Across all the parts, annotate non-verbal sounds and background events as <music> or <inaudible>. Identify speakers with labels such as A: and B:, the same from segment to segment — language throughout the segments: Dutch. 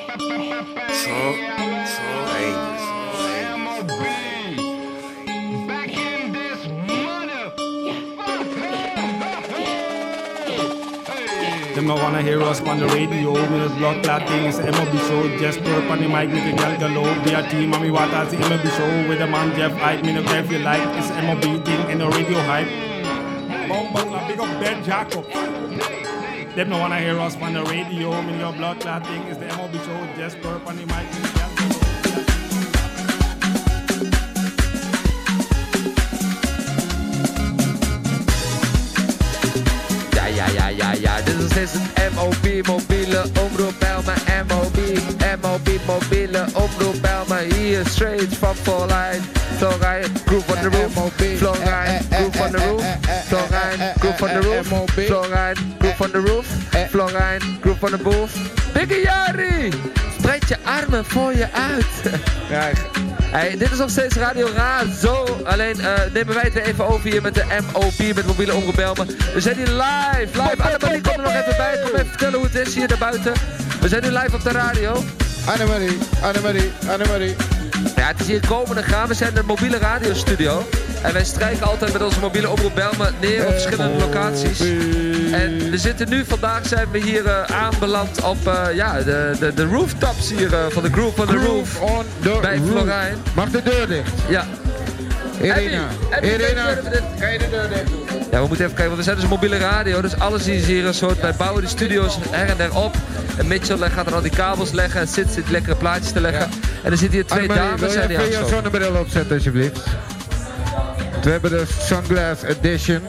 A: Trump, Trump, Angus, Angus.
B: Them I wanna hear us on the radio With a blood clot thing, it's the MLB show Just throw up on the mic, make a gal galore Be a team, mommy, what that's the MLB show With a man, Jeff Hype, me no care if you like It's the MLB thing, and no radio hype Bumba clap, big up Ben Jacob Them no wanna hear us on the radio Me your blood clot thing, it's the MLB show Just throw up on the mic, make a gal galore
C: Ja, ja, ja, ja, ja. Dit is steeds het MOB, mobiele omroep, bel me MOB. MOB, mobiele omroep, bel me hier. Straight van Polijn. Florijn, groove van de roof. Florijn, groove van de roof. Florijn, groove van de roof. Florijn, groove van de roof. Florijn, groove van de boef. Biggie Jari! Spreid je armen voor je uit. Hey, dit is nog steeds Radio Razo. Alleen eh, nemen wij het weer even over hier met de MOB, met mobiele omroep Belmen. We zijn hier live, live. Annemarie, kom er nog even bij. Kom even vertellen hoe het is hier daarbuiten. We zijn nu live op de radio.
D: Annemarie, Annemarie, Annemarie.
C: Ja, het is hier komen en gaan. We zijn in de mobiele radiostudio. En wij strijken altijd met onze mobiele omroep Belmen neer op verschillende locaties. En we zitten nu, vandaag zijn we hier eh, aanbeland op eh, ja, de, de, de rooftops hier eh, van de Groove on the Roof.
D: Groove on the
C: Bij
D: roof.
C: Florijn.
D: Mag de deur dicht?
C: Ja,
D: Irina,
C: Abby,
D: Irina,
C: Abby, Abby.
D: ga je de deur dicht doen?
C: Ja, we moeten even kijken, want we zijn dus een mobiele radio, dus alles is hier een soort, wij bouwen de studio's her en der op. En Mitchell eh, gaat er al die kabels leggen, zit, zit lekkere plaatjes te leggen. En er zitten hier twee
D: Annemarie,
C: dames zijn die
D: wil je even je
C: aangeschoven.
D: zonnebril opzetten alsjeblieft? We hebben de Sunglass Edition.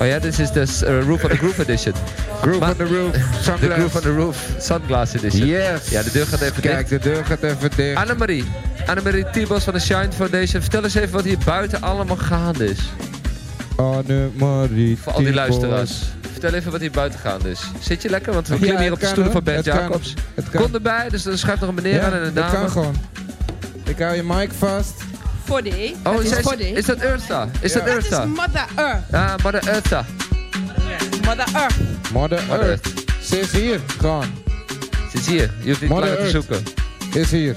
C: Oh ja, dit is de s- eh, Roof on the Groove edition.
D: Groove
C: Maar-
D: on the
C: <laughs>
D: Roof,
C: De Groove on
D: Sunglass.
C: the Roof Sunglass edition.
D: Yes.
C: Ja, de deur gaat even
D: Kijk, de deur gaat even dicht.
C: Annemarie, Annemarie Tibos van de Shine Foundation, vertel eens even wat hier buiten allemaal gaande is.
D: Annemarie.
C: Voor al die
D: Tibos.
C: luisteraars. Vertel even wat hier buiten gaande is. Zit je lekker? Want we
D: Ja,
C: klimmen hier
D: het
C: op de
D: kan,
C: stoelen
D: hoor.
C: van Ben
D: Het kan.
C: Jacobs.
D: Het kan.
C: Kon erbij, dus dan schuift nog een meneer aan en een
D: dat
C: dame.
D: kan gewoon. Ik hou je mic vast.
E: Body.
C: Oh,
E: Het
C: is,
E: is
C: is,
E: body.
C: is dat Ursa? Is
D: Ja.
C: dat Ah,
E: Dat is
C: Ursa?
E: Mother Earth.
C: Ja, maar de Ursa.
E: Mother Earth.
D: Mother
C: Mother
D: Earth. Ze is hier, gewoon.
C: Ze is hier. Je hoeft niet
D: Mother
C: langer te
D: Earth.
C: zoeken.
D: Is hier.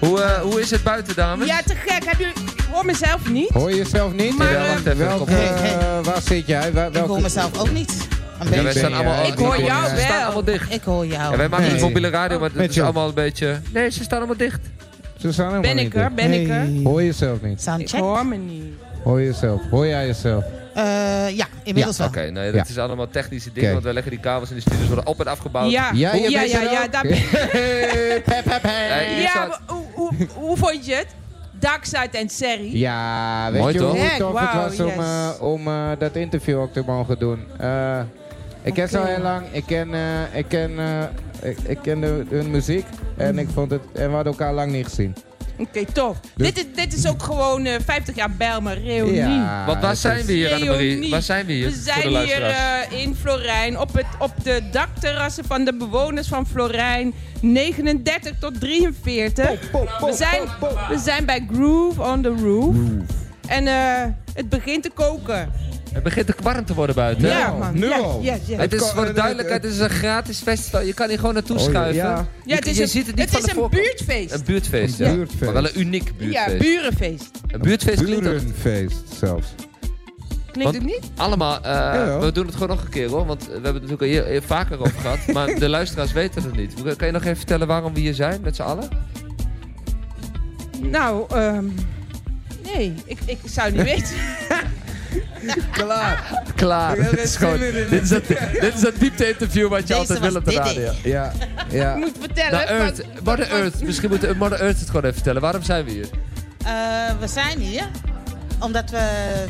C: Hoe, eh, hoe is het buiten, dames?
E: Ja, te gek. Heb jullie... Ik hoor mezelf niet.
D: Hoor je jezelf niet?
E: Maar,
C: Jawel, wacht even.
D: Welke,
C: kom.
F: Hey, hey.
D: Eh, waar zit jij? Waar,
F: Ik
D: welke-
F: hoor mezelf ook niet. Een
C: Ja, wij
F: beetje.
C: staan
D: Ik
C: allemaal... Oh,
D: ben,
E: Ik hoor
C: die-
E: jou
C: Ze staan
E: wel.
C: allemaal dicht.
F: Ik hoor
C: Ja,
F: jou.
C: wij maken niet
D: Nee.
C: mobiele radio, maar
D: Met
C: het is
D: jou.
C: allemaal een beetje... Nee, ze staan allemaal dicht.
D: Ze staan helemaal
E: Ben
D: niet
E: ik er?
D: dicht.
E: Ben ik er?
F: Hey.
D: Hoor je jezelf niet?
E: Ik
F: Soundcheck.
E: hoor me niet.
D: Hoor je jezelf? Hoor jij jezelf?
F: Eh, ja, inmiddels
D: Ja,
F: wel.
C: Oké, nee, dat
D: Ja.
C: is allemaal technische dingen,
D: Kijk.
C: want wij leggen die kabels in de studios worden op en afgebouwd.
E: Ja,
D: Ja,
E: ja,
D: je
E: ja,
D: bent
E: ja,
D: er
E: ja,
D: ook.
E: daar ben ik.
D: Hey, pep, pep,
C: Hey,
D: hey.
C: hier
E: Ja,
C: staat-
E: maar hoe, hoe, hoe vond je het? Darkside en Serry.
D: Ja, weet
C: Mooi
D: je
C: toch?
D: hoe
E: Heck,
D: tof het
E: wauw,
D: was om,
E: yes.
D: eh, om eh, dat interview ook te mogen doen? Eh, ik ken ze al
E: Oké.
D: heel lang. Ik ken, eh, ik ken, eh, ik, ik ken hun- hun muziek. En, ik vond het, en we hadden elkaar lang niet gezien.
E: Oké, tof. Dit is, dit is ook gewoon eh, 50 jaar Bijlmer reunie.
C: Want waar
D: dat
C: zijn
D: is-
C: we hier, Annemarie?
E: Leonie.
C: Waar zijn we hier?
E: We
C: voor de
E: zijn hier
C: luisteraars?
E: eh, in Florijn op, het, op de dakterrassen van de bewoners van Florijn 39 tot 43. we, zijn, we zijn bij Groove on the Roof. En eh, het begint te koken.
C: Het begint te warm te worden buiten. hè?
E: ja, man.
D: nu
E: ja,
D: al.
E: Ja, ja.
C: Het is
D: kan-
C: voor de
D: eh,
C: duidelijkheid, het is een gratis festival. Je kan hier gewoon naartoe
D: Oh, ja.
C: schuiven.
D: Ja,
E: Ja, het
C: je,
E: is
C: je
E: een,
C: ziet het niet
E: het
C: van
E: is
C: de
E: een buurtfeest.
C: Een buurtfeest,
D: Een
C: ja.
D: buurtfeest.
C: Maar wel een uniek buurtfeest.
E: Ja, burenfeest.
C: een buurtfeest klinkt ook-
D: Burenfeest zelfs.
E: Klinkt
C: Want-
E: het niet?
C: allemaal. eh,
D: Jawel.
C: we doen het gewoon nog een keer hoor, want we hebben het natuurlijk al hier, hier vaker over
D: <laughs>
C: gehad. maar de luisteraars weten het niet. Kan je nog even vertellen waarom we hier zijn met z'n allen?
E: Nou, ehm, nee, ik, ik
C: <laughs>
E: zou niet weten.
D: Klaar.
C: Klaar.
D: Ja,
C: dit, is gewoon,
D: zin in.
C: dit, is dat, dit is dat diepte interview wat je
F: Deze
C: altijd wil
F: was
C: op de
F: dit
C: radio.
D: Ja,
E: Ik
D: ja.
E: <laughs> moet vertellen.
C: Nou,
E: wat-
C: Earth, Mother
E: wat-
C: Earth. Misschien moet de- Mother Earth het gewoon even vertellen. Waarom zijn we hier?
F: Eh, we zijn hier omdat we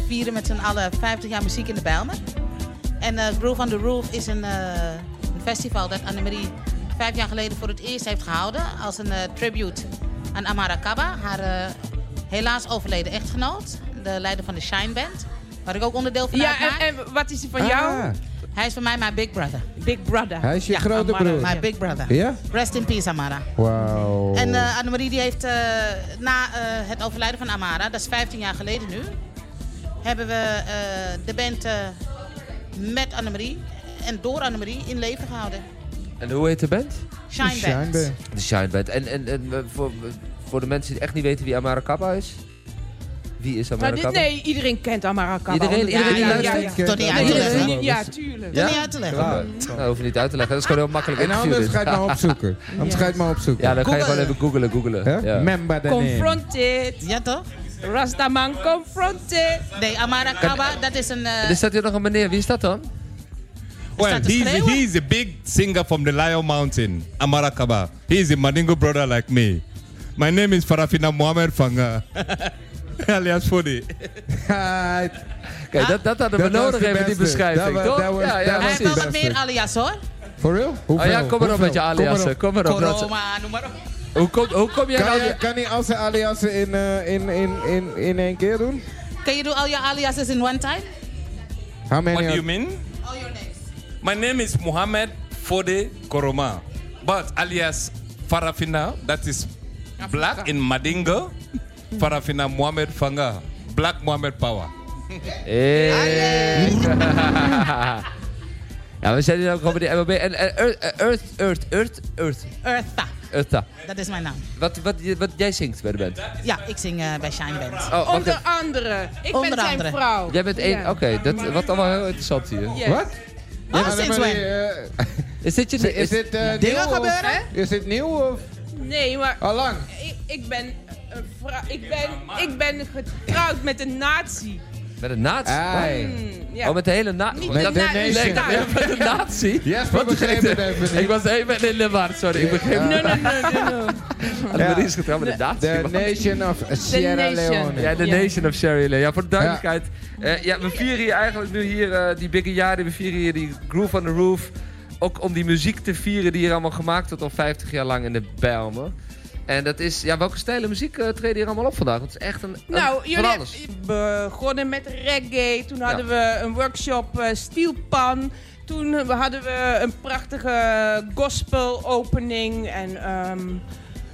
F: vieren met z'n allen 50 jaar muziek in de Bijlmer. En eh Groove on the Roof is een eh, een festival dat Annemarie vijf jaar geleden voor het eerst heeft gehouden. Als een eh, tribute aan Amara Kaba, haar eh, helaas overleden echtgenoot. De leider van de Shine Band, waar ik ook onderdeel van
E: Ja, en,
F: uitmaak.
E: en wat is er van jou?
D: Ah,
F: Hij is voor mij mijn big brother.
E: Big Brother.
D: hij is je
F: Ja,
D: grote
E: Amara.
D: broer.
E: Maar-
F: My big brother.
D: Ja?
F: Rest in peace, Amara.
D: Wauw.
C: Oh.
F: En eh Annemarie die heeft eh, na eh, het overlijden van Amara, dat is 15 jaar geleden nu, hebben we eh, de band eh, met Annemarie en door Annemarie in leven gehouden.
C: En hoe heet de band?
F: Shine, Band.
D: Shine
C: De Shine Band. En, en, en eh, voor, voor de mensen die echt niet weten wie Amara Kappa is. Wie is Amara
E: Nou, dit,
C: Kappa?
E: nee, iedereen kent Amara Kappa.
C: Iedereen-
E: Ja,
C: iedereen die
E: ja, ja,
C: luistert?
E: ja.
D: Band.
F: Toch niet
D: Ja,
F: uit te leggen.
E: Iedereen
D: eh,
E: die-
D: dat
E: Ja,
D: is-
E: tuurlijk.
F: Toch
C: Ja?
F: niet uit te leggen.
D: Klaar.
C: Nou, hoef je niet uit te leggen. Dat is gewoon heel makkelijk.
D: En
C: interview
D: anders
C: dit.
D: ga je het maar <laughs> opzoeken. Anders ga je het maar opzoeken.
C: Ja, dan ga je
F: Google.
C: gewoon even googelen, googelen.
D: Hè?
C: Ja.
D: Member the name.
E: Confronted.
F: Ja, toch?
E: Rastaman confronted.
F: Nee, Amara Kaba, dat is een... eh,
C: Er staat hier nog een meneer. Wie is dat dan?
G: Well,
F: staat te
G: he's,
F: schreeuwen.
G: he's a big singer from the Lion Mountain, Amarakaba. He's a Madingo brother like me. My name is Farafina Mohamed
D: <laughs>
G: Fanga, alias Fodi.
D: Right. <laughs>
C: Kijk, dat, dat hadden we
D: Dat was
C: nodig
D: de
C: even, die
D: beste.
C: beschrijving,
D: Dat wa-
C: toch?
D: dat was-
C: ja, ja,
D: dat
F: hij
D: was-
F: heeft
C: precies.
F: wel wat meer alias hoor.
D: For real? Hoeveel?
C: Oh ja, kom maar op
D: Hoeveel?
C: met je aliasen. Kom maar op. Nou, dat-
F: Corona, noem maar op.
C: Hoe kom, hoe kom jij
D: Kan,
C: nou...
D: je, kan hij al zijn aliasen in, eh, in, in, in, in één keer doen?
F: Can you do all your aliases in one time?
D: How many
H: What do
D: are-
H: you mean?
F: All your names.
H: My name is Mohammed Fode Koroma, but alias Farafina, that is black in Madingo. Farafina Mohammed Fanga, black Mohammed Power.
C: Hey. <laughs> Ja, we zijn hier ook gewoon bij die MLB. En eh, Earth, eh, Earth, Earth, Earth, Earth,
F: Eartha,
C: Eartha.
F: dat is mijn naam.
C: Wat, wat, je- wat jij zingt bij de band?
F: Ja, ik zing eh, bij Shine Band.
C: Oh, wacht
E: Onder
C: even.
E: andere. Ik
F: Onder
E: ben
F: andere.
E: zijn vrouw.
C: Jij bent één...
E: Ja.
C: Oké, dat wat allemaal heel interessant hier.
E: Yes.
D: Wat?
F: Oh,
D: Anne
F: sinds
D: Marie,
F: when?
D: eh,
C: Is dit je...
D: is dit eh, nieuw?
F: Dingen
D: of-
F: gebeuren?
D: Is dit nieuw of
E: Nee, maar
D: al lang?
E: ik, ik ben een vrouw. Ik ben, ik ben getrouwd met een nazi.
C: Met een nazi?
D: Ai.
E: Hm, ja.
C: Oh, met de hele nazi?
E: Niet
D: Ah, Met
E: dat
D: de
E: na-
D: nation.
E: nee,
C: Nee, met de nazi?
D: Yes, maar
C: Wat
D: begrijp
C: ik-
D: het even
C: Ik
D: niet.
C: was even in de war, sorry. Ik begreep
E: Nee,
C: het.
E: nee, nee, nee, nee.
C: Annemarie is getrouwd met een nazi.
D: The
C: man.
D: Nation of Sierra
E: nation.
D: Leone.
C: Ja, de
E: Ja.
C: Nation of Sierra Leone. Ja, voor de duidelijkheid. Ja, ja we vieren hier eigenlijk nu hier eh, die bigge jaren. We vieren hier die Groove on the Roof. Ook om die muziek te vieren die hier allemaal gemaakt wordt al 50 jaar lang in de Bijlmer. En dat is, ja, welke stijlen muziek eh, treden hier allemaal op vandaag? Want het is echt een, een-
E: Nou,
C: van
E: jullie
C: alles.
E: hebben- begonnen met reggae. Toen hadden we een workshop eh, stielpan. Toen eh, hadden we een prachtige gospel opening. En ehm,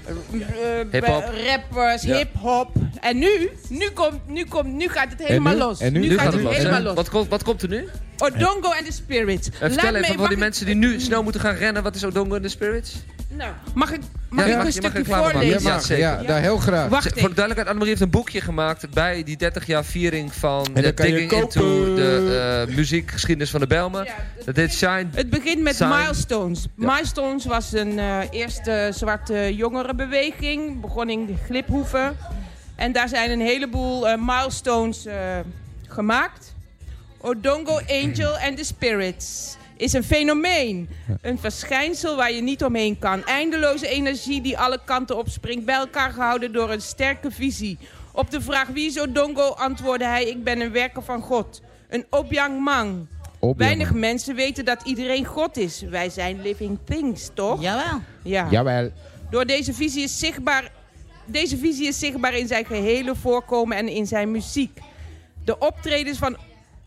E: eh, eh,
C: Hip-hop.
E: rappers,
C: Ja.
E: hip-hop. En nu, nu, komt, nu, komt, nu gaat het helemaal
D: nu?
E: los.
D: En nu?
C: Nu gaat het
E: het
C: los.
E: helemaal
C: hè?
E: los.
C: Wat, komt, wat komt er nu? Eh,
E: Odongo and the Spirits.
C: vertel
E: me-
C: even voor
E: mag
C: die
E: ik-
C: mensen die nu snel moeten gaan rennen. Wat is Odongo in the Spirits?
E: Nou, mag
C: je
E: ik, mag ik
C: mag- je
E: een
C: mag
E: stukje
C: reclame maken.
D: Ja,
E: voorlezen?
C: Ja,
D: mag.
C: zeker.
D: Ja, daar heel graag.
E: Wacht
C: Ze-
E: even.
C: Voor de duidelijkheid, Annemarie heeft een boekje gemaakt bij die 30 jaar viering van
D: En
C: de
D: dat kan je
C: Digging into
D: kopen.
C: de eh, muziekgeschiedenis van de Bijlmer.
E: Ja, dus-
C: Dat heet Shine
E: Het begint met
C: Zijn-
E: Milestones.
C: Ja.
E: Milestones was een eh, eerste zwarte jongerenbeweging. Begon in Gliphoeven. En daar zijn een heleboel eh, milestones eh, gemaakt. Odongo Angel and the Spirits is een fenomeen. Een verschijnsel waar je niet omheen kan. Eindeloze energie die alle kanten opspringt. Bij elkaar gehouden door een sterke visie. Op de vraag wie is Odongo antwoordde hij... Ik ben een werker van God. Een Obyang Mang.
D: Op,
E: Weinig
D: jongen.
E: mensen weten dat iedereen God is. Wij zijn living things,
C: Oh.
E: toch?
F: Jawel.
E: Ja.
D: Jawel.
E: Door deze visie is zichtbaar... Deze visie is zichtbaar in zijn gehele voorkomen en in zijn muziek. De optredens van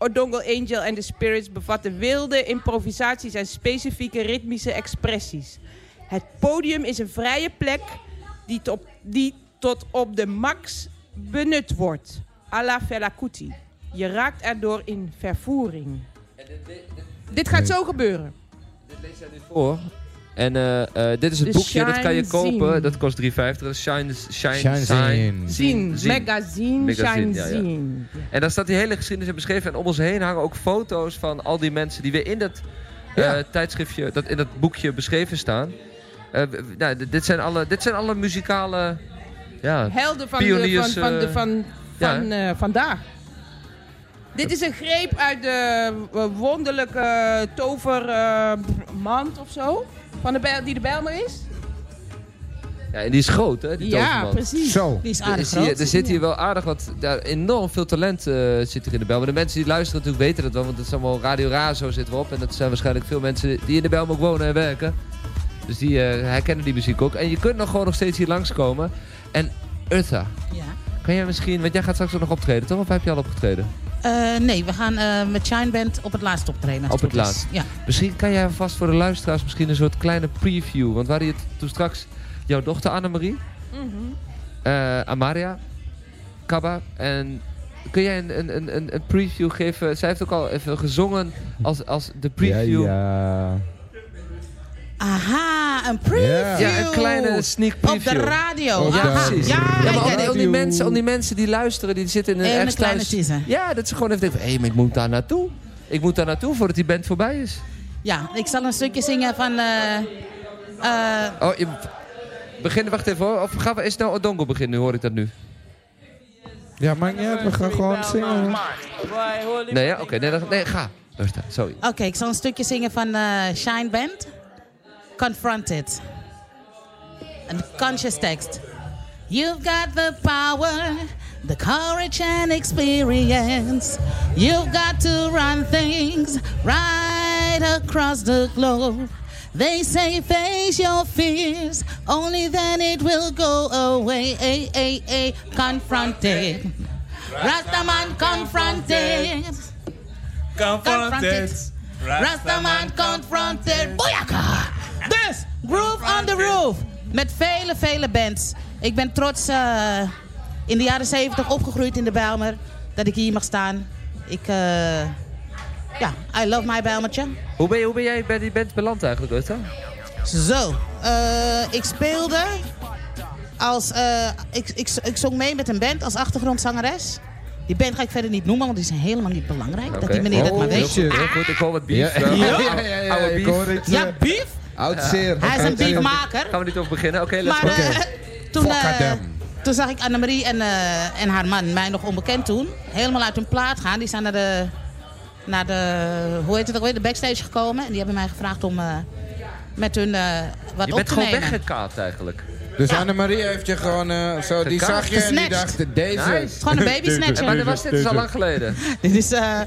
E: Odongo Angel en The Spirits bevatten wilde improvisaties en specifieke ritmische expressies. Het podium is een vrije plek die, tot- die tot op de max benut wordt. A la Fela Kuti. Je raakt erdoor in vervoering. Dit gaat zo gebeuren.
C: voor. En eh, eh, dit is het
E: De
C: boekje, dat kan je
E: Shine
C: kopen.
E: Zine.
C: Dat kost 3,50. Dat is Shine, Shine,
D: Shine
C: Shine.
D: Zine.
E: Zien,
C: Zien.
E: magazine,
C: Magazine,
E: shine,
C: ja, ja.
E: zien.
C: En daar staat die hele geschiedenis in beschreven. En om ons heen hangen ook foto's van al die mensen die weer in dat eh, tijdschriftje, dat, in dat boekje beschreven staan. Eh, w- w- nou, d- dit, zijn alle, dit zijn alle muzikale. Ja,
E: Helden van,
C: Pioniers,
E: de, van, van, de,
C: eh,
E: van,
C: ja,
E: van eh, vandaag. Dit is een greep uit de eh, wonderlijke eh, tovermand of zo. Van de bijl, die de Bijlmer is.
C: ja, en die is groot, hè? Die
E: ja,
C: toverman.
E: precies.
D: Zo.
F: Die is
C: Er,
F: aardig
C: is hier,
F: groot.
C: er zit hier wel aardig wat, daar enorm veel talent eh, zit er in de Bijlmer. De mensen die luisteren natuurlijk weten dat wel, want het is allemaal Radio Razo zit erop. En dat zijn waarschijnlijk veel mensen die in de Bijlmer ook wonen en werken. Dus die eh, herkennen die muziek ook. En je kunt nog gewoon nog steeds hier langskomen. En Urtha,
F: Ja.
C: kan jij misschien, want jij gaat straks ook nog optreden toch? Of heb je al opgetreden?
F: Eh, nee, we gaan eh, met Shine Band op het laatst optreden. als
C: Op het
F: goed is.
C: laatst.
F: Ja.
C: Misschien kan jij vast voor de luisteraars misschien een soort kleine preview. Want we hadden hier toen straks jouw dochter Annemarie, eh, Amaria, Kaba. En kun jij een, een, een- een, een preview geven? Zij heeft ook al even gezongen als, als de preview.
D: Ja, ja.
F: Aha, een preview.
C: Ja, een kleine sneak
F: Op de
C: preview.
F: radio.
D: Oh, ja,
F: Aha.
C: precies.
F: Ja,
C: Ja,
F: I
C: maar al
F: get
C: die,
F: it.
C: al die mensen, al die mensen die luisteren, die zitten in een
F: Even een
C: ergens
F: kleine
C: thuis.
F: teaser.
C: Ja, dat ze gewoon even denken, hé, maar ik moet daar naartoe. Ik moet daar naartoe voordat die band voorbij is.
F: Ja, ik zal een stukje zingen van... eh, eh,
C: Oh, je, begin, wacht even hoor. Of gaan we eerst nou Odongo beginnen? Nu hoor ik dat nu.
D: Ja, maakt niet uit. We gaan gewoon zingen.
C: Nee, ja? oké. nee, dat- nee, ga. Daar staat- Sorry.
F: Oké, ik zal een stukje zingen van eh, Shine Band. Confronted. Een conscious tekst. You've got the power, the courage and experience. You've got to run things right across the globe. They say face your fears, only then it will go away. A, a, a, confronted. Rastaman confronted. Confronted. Rastaman confronted. Boyaka! Dus, Groove on the Roof. Met vele, vele bands. Ik ben trots eh, in de jaren 70 opgegroeid in de Bijlmer. Dat ik hier mag staan. Ik, eh, ja, I love my Bijlmertje.
C: Hoe ben, je, hoe ben jij bij die band beland eigenlijk, Lotte?
F: Zo, eh, ik speelde als... eh, ik, ik, ik zong mee met een band als achtergrondzangeres. Die band ga ik verder niet noemen, want die is helemaal niet belangrijk. Dat die meneer dat maar
C: Oh, heel
F: weet.
C: goed, heel goed. Ik hoor wat beef. eh,
D: Oh, ja, ja, ja,
C: oude
D: ik
C: beef.
D: hoor het.
F: Ja,
D: eh,
F: beef.
D: Oud zeer.
F: Hij is een
D: Oud zeer.
F: beefmaker.
C: Gaan we niet over beginnen? Oké, let's
F: Maar
C: go.
F: eh, toen,
D: Fuck
F: eh,
D: Adam.
F: toen zag ik Annemarie en, eh, en haar man, mij nog onbekend toen, helemaal uit hun plaat gaan. Die zijn naar de, naar de hoe heet het ook weer, de backstage gekomen. En die hebben mij gevraagd om eh, met hun eh, wat
C: Je
F: op
C: bent
F: te
C: gewoon
F: nemen.
C: weggekaapt eigenlijk.
D: Dus Annemarie heeft je gewoon eh, zo, die
C: Gekaapt.
D: zag je en die
F: Gesnatcht.
D: dacht, deze.
C: Nice.
F: Gewoon een
C: <laughs>
F: baby
C: Ja, maar
F: snatcher.
C: dat was dit is al lang geleden.
F: <laughs> Dit is eh,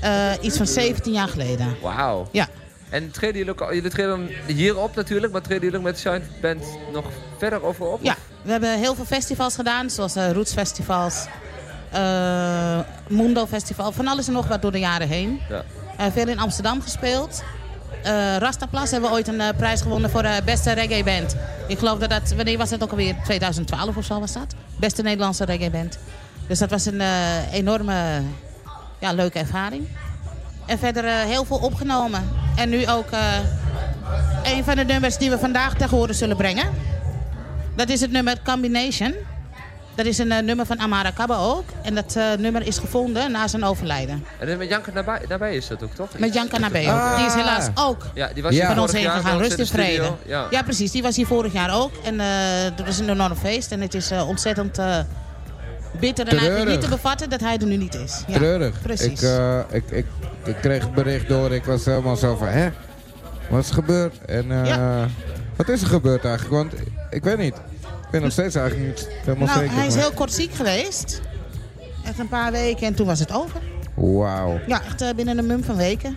F: eh, iets van 17 jaar geleden.
C: Wauw.
F: Ja.
C: En treden jullie, ook al- jullie treden dan hier op natuurlijk, maar treden jullie ook met Shine Band nog verder over op?
F: Ja, we hebben heel veel festivals gedaan, zoals eh Roots Festivals, eh, Mundo Festival, van alles en nog wat door de jaren heen.
C: Ja.
F: Eh, veel in Amsterdam gespeeld. Eh Rastaplas hebben we ooit een eh, prijs gewonnen voor eh, beste reggae band. Ik geloof dat dat, wanneer was dat ook alweer? 2012 of zo was dat? Beste Nederlandse reggae band. Dus dat was een eh, enorme, ja, leuke ervaring. En verder eh, heel veel opgenomen. En nu ook eh, een van de nummers die we vandaag tegen horen zullen brengen. Dat is het nummer Combination. Dat is een eh, nummer van Amara Kaba ook. En dat eh, nummer is gevonden na zijn overlijden.
C: En dan met Janka daarbij, daarbij is dat ook, toch?
F: Met Janka Nabeo. Die is helaas ook
C: Ah. Ja, die was hier
D: Ja. Van
F: van
C: vorig
F: ons heen
C: jaar
F: gegaan.
C: bij
F: Rust
C: ons
F: in
C: de studio.
F: vrede.
C: Ja.
F: Ja, precies. Die was hier vorig jaar ook. En eh dat was een enorm feest. En het is eh, ontzettend eh, bitter en eigenlijk
D: Treurig.
F: niet te bevatten dat hij er nu niet is. Ja,
D: Treurig.
F: Precies.
D: Ik, eh, ik, ik, ik kreeg het bericht door. Ik was helemaal zo van, hè? Wat is er gebeurd? En eh,
F: Ja.
D: wat is er gebeurd eigenlijk? Want ik weet niet. Ik ben nog steeds eigenlijk niet helemaal
F: nou,
D: zeker.
F: hij is
D: maar-
F: heel kort ziek geweest. Echt een paar weken en toen was het over.
D: Wauw.
F: Ja, echt eh, binnen een mum van weken.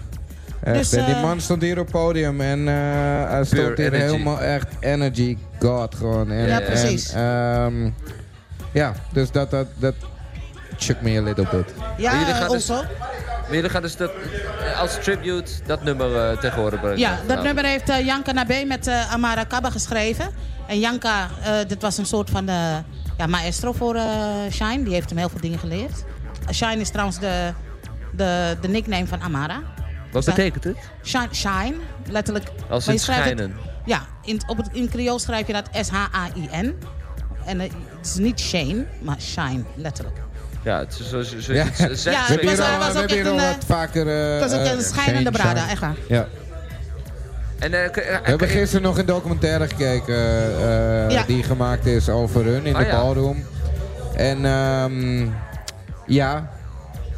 D: Echt,
F: Dus,
D: en die
F: eh,
D: man stond hier op het podium en eh, hij
C: Pure
D: stond hier
C: energy.
D: helemaal echt energy god gewoon. En,
F: Ja,
D: en,
F: precies.
D: ehm, ja, dus dat, dat, dat shook me a little bit.
C: Maar
F: Ja,
C: jullie gaan
F: eh,
C: dus-
F: also.
C: Maar jullie gaan dus dat, eh, als tribute dat nummer eh, tegen horen brengen.
F: Ja, dat
C: Nou,
F: nummer heeft eh, Janka Nabé met eh, Amara Kaba geschreven. En Janka, eh, dit was een soort van eh, ja, maestro voor eh Shine. Die heeft hem heel veel dingen geleerd. Eh, Shine is trouwens de, de, de nickname van Amara.
C: Wat betekent het?
F: Shine, shine letterlijk.
C: Als
F: Maar
C: in
F: je schrijft het-
C: schijnen.
F: ja, in, op het, in Creool schrijf je dat S-H-A-I-N. En eh, het is niet Shane, maar Shine, letterlijk.
C: Ja, het is zoals zoals je
D: Ja.
C: het z- zegt. zo-
F: Ja,
D: we hebben
F: was-
D: hier
F: hij
D: al, we
F: was ook
D: hebben
F: echt
D: hier al
F: een,
D: wat vaker... eh,
F: Dat is ook
D: eh,
F: een schijnende
D: Shane
F: brada,
D: Shine.
F: echt waar.
D: Ja.
C: En, eh, kun- eh,
D: We hebben
C: kun je-
D: gisteren nog een documentaire gekeken eh, eh,
F: Ja.
D: die gemaakt is over hun in
C: Ah,
D: de
C: ja.
D: ballroom. En ehm, ja,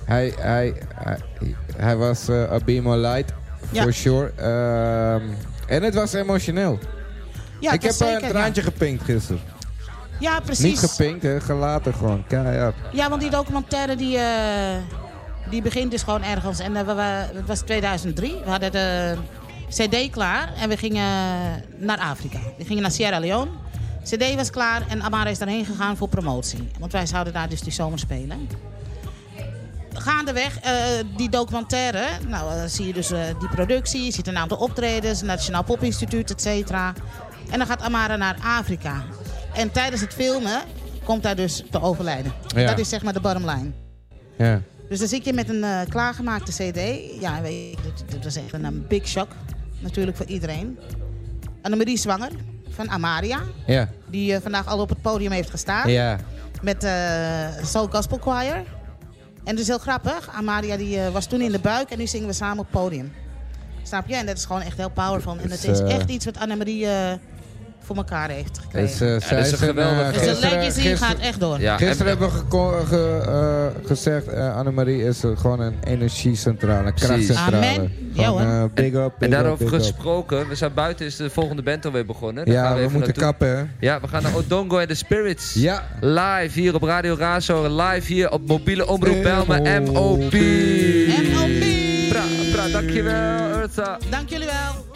D: hij, hij, hij, hij was eh a beam of light,
F: Ja.
D: for sure. Ehm, en het was emotioneel.
F: Ja,
D: ik heb
F: dat
D: eh,
F: zeker,
D: een
F: ja.
D: traantje gepinkt gisteren.
F: Ja, precies.
D: Niet gepinkt, hè, gelaten gewoon, keihard.
F: Ja, want die documentaire die, eh, die begint dus gewoon ergens. En eh, we, we- het was 2003. We hadden de CD klaar en we gingen naar Afrika. We gingen naar Sierra Leone. CD was klaar en Amara is daarheen gegaan voor promotie. Want wij zouden daar dus die zomer spelen. Gaandeweg, eh die documentaire, nou eh, zie je dus eh, die productie, je ziet een aantal optredens, Nationaal Popinstituut, et cetera. En dan gaat Amara naar Afrika. En tijdens het filmen komt hij dus te overlijden.
D: Ja.
F: Dat is zeg maar de bottom line.
D: Ja.
F: Dus dan zit je met een eh, klaargemaakte cd. Ja, weet je, dat, dat was echt een, eh, big shock. Natuurlijk voor iedereen. Annemarie Zwanger van Amaria.
D: Ja.
F: Die eh, vandaag al op het podium heeft gestaan.
D: Ja.
F: Met eh Soul Gospel Choir. En dat is heel grappig. Amaria die, eh, was toen in de buik en nu zingen we samen op het podium. Snap je? En dat is gewoon echt heel powerful. En
D: Het
F: het
D: is,
F: is
D: eh,
F: echt iets wat Annemarie eh, voor elkaar heeft gekregen.
D: Dus, eh, zij
C: dat is
D: is
C: een
D: een,
C: geweldige
D: eh,
C: gast.
F: dus de
D: gisteren-
F: legacy je
D: gisteren-
F: gaat echt door.
C: Ja, en-
D: Gisteren hebben we geko- ge- eh, gezegd, eh Annemarie is er gewoon een energiecentrale, een
C: Precies.
D: krachtcentrale.
F: Amen. Ja,
D: Gewoon,
F: hoor.
D: eh, big up, big
C: En daarover
D: up, big up.
C: gesproken, we zijn buiten, is de volgende band alweer begonnen. Daar
D: Ja,
C: gaan
D: we,
C: even
D: moeten
C: naartoe.
D: kappen, hè?
C: Ja, we gaan naar Odongo en de Spirits.
D: Ja.
C: Live hier op Radio Razo, live hier op mobiele omroep Belma MOP.
F: MOP.
C: Pra, pra, dankjewel, Ursa.
F: Dank jullie wel.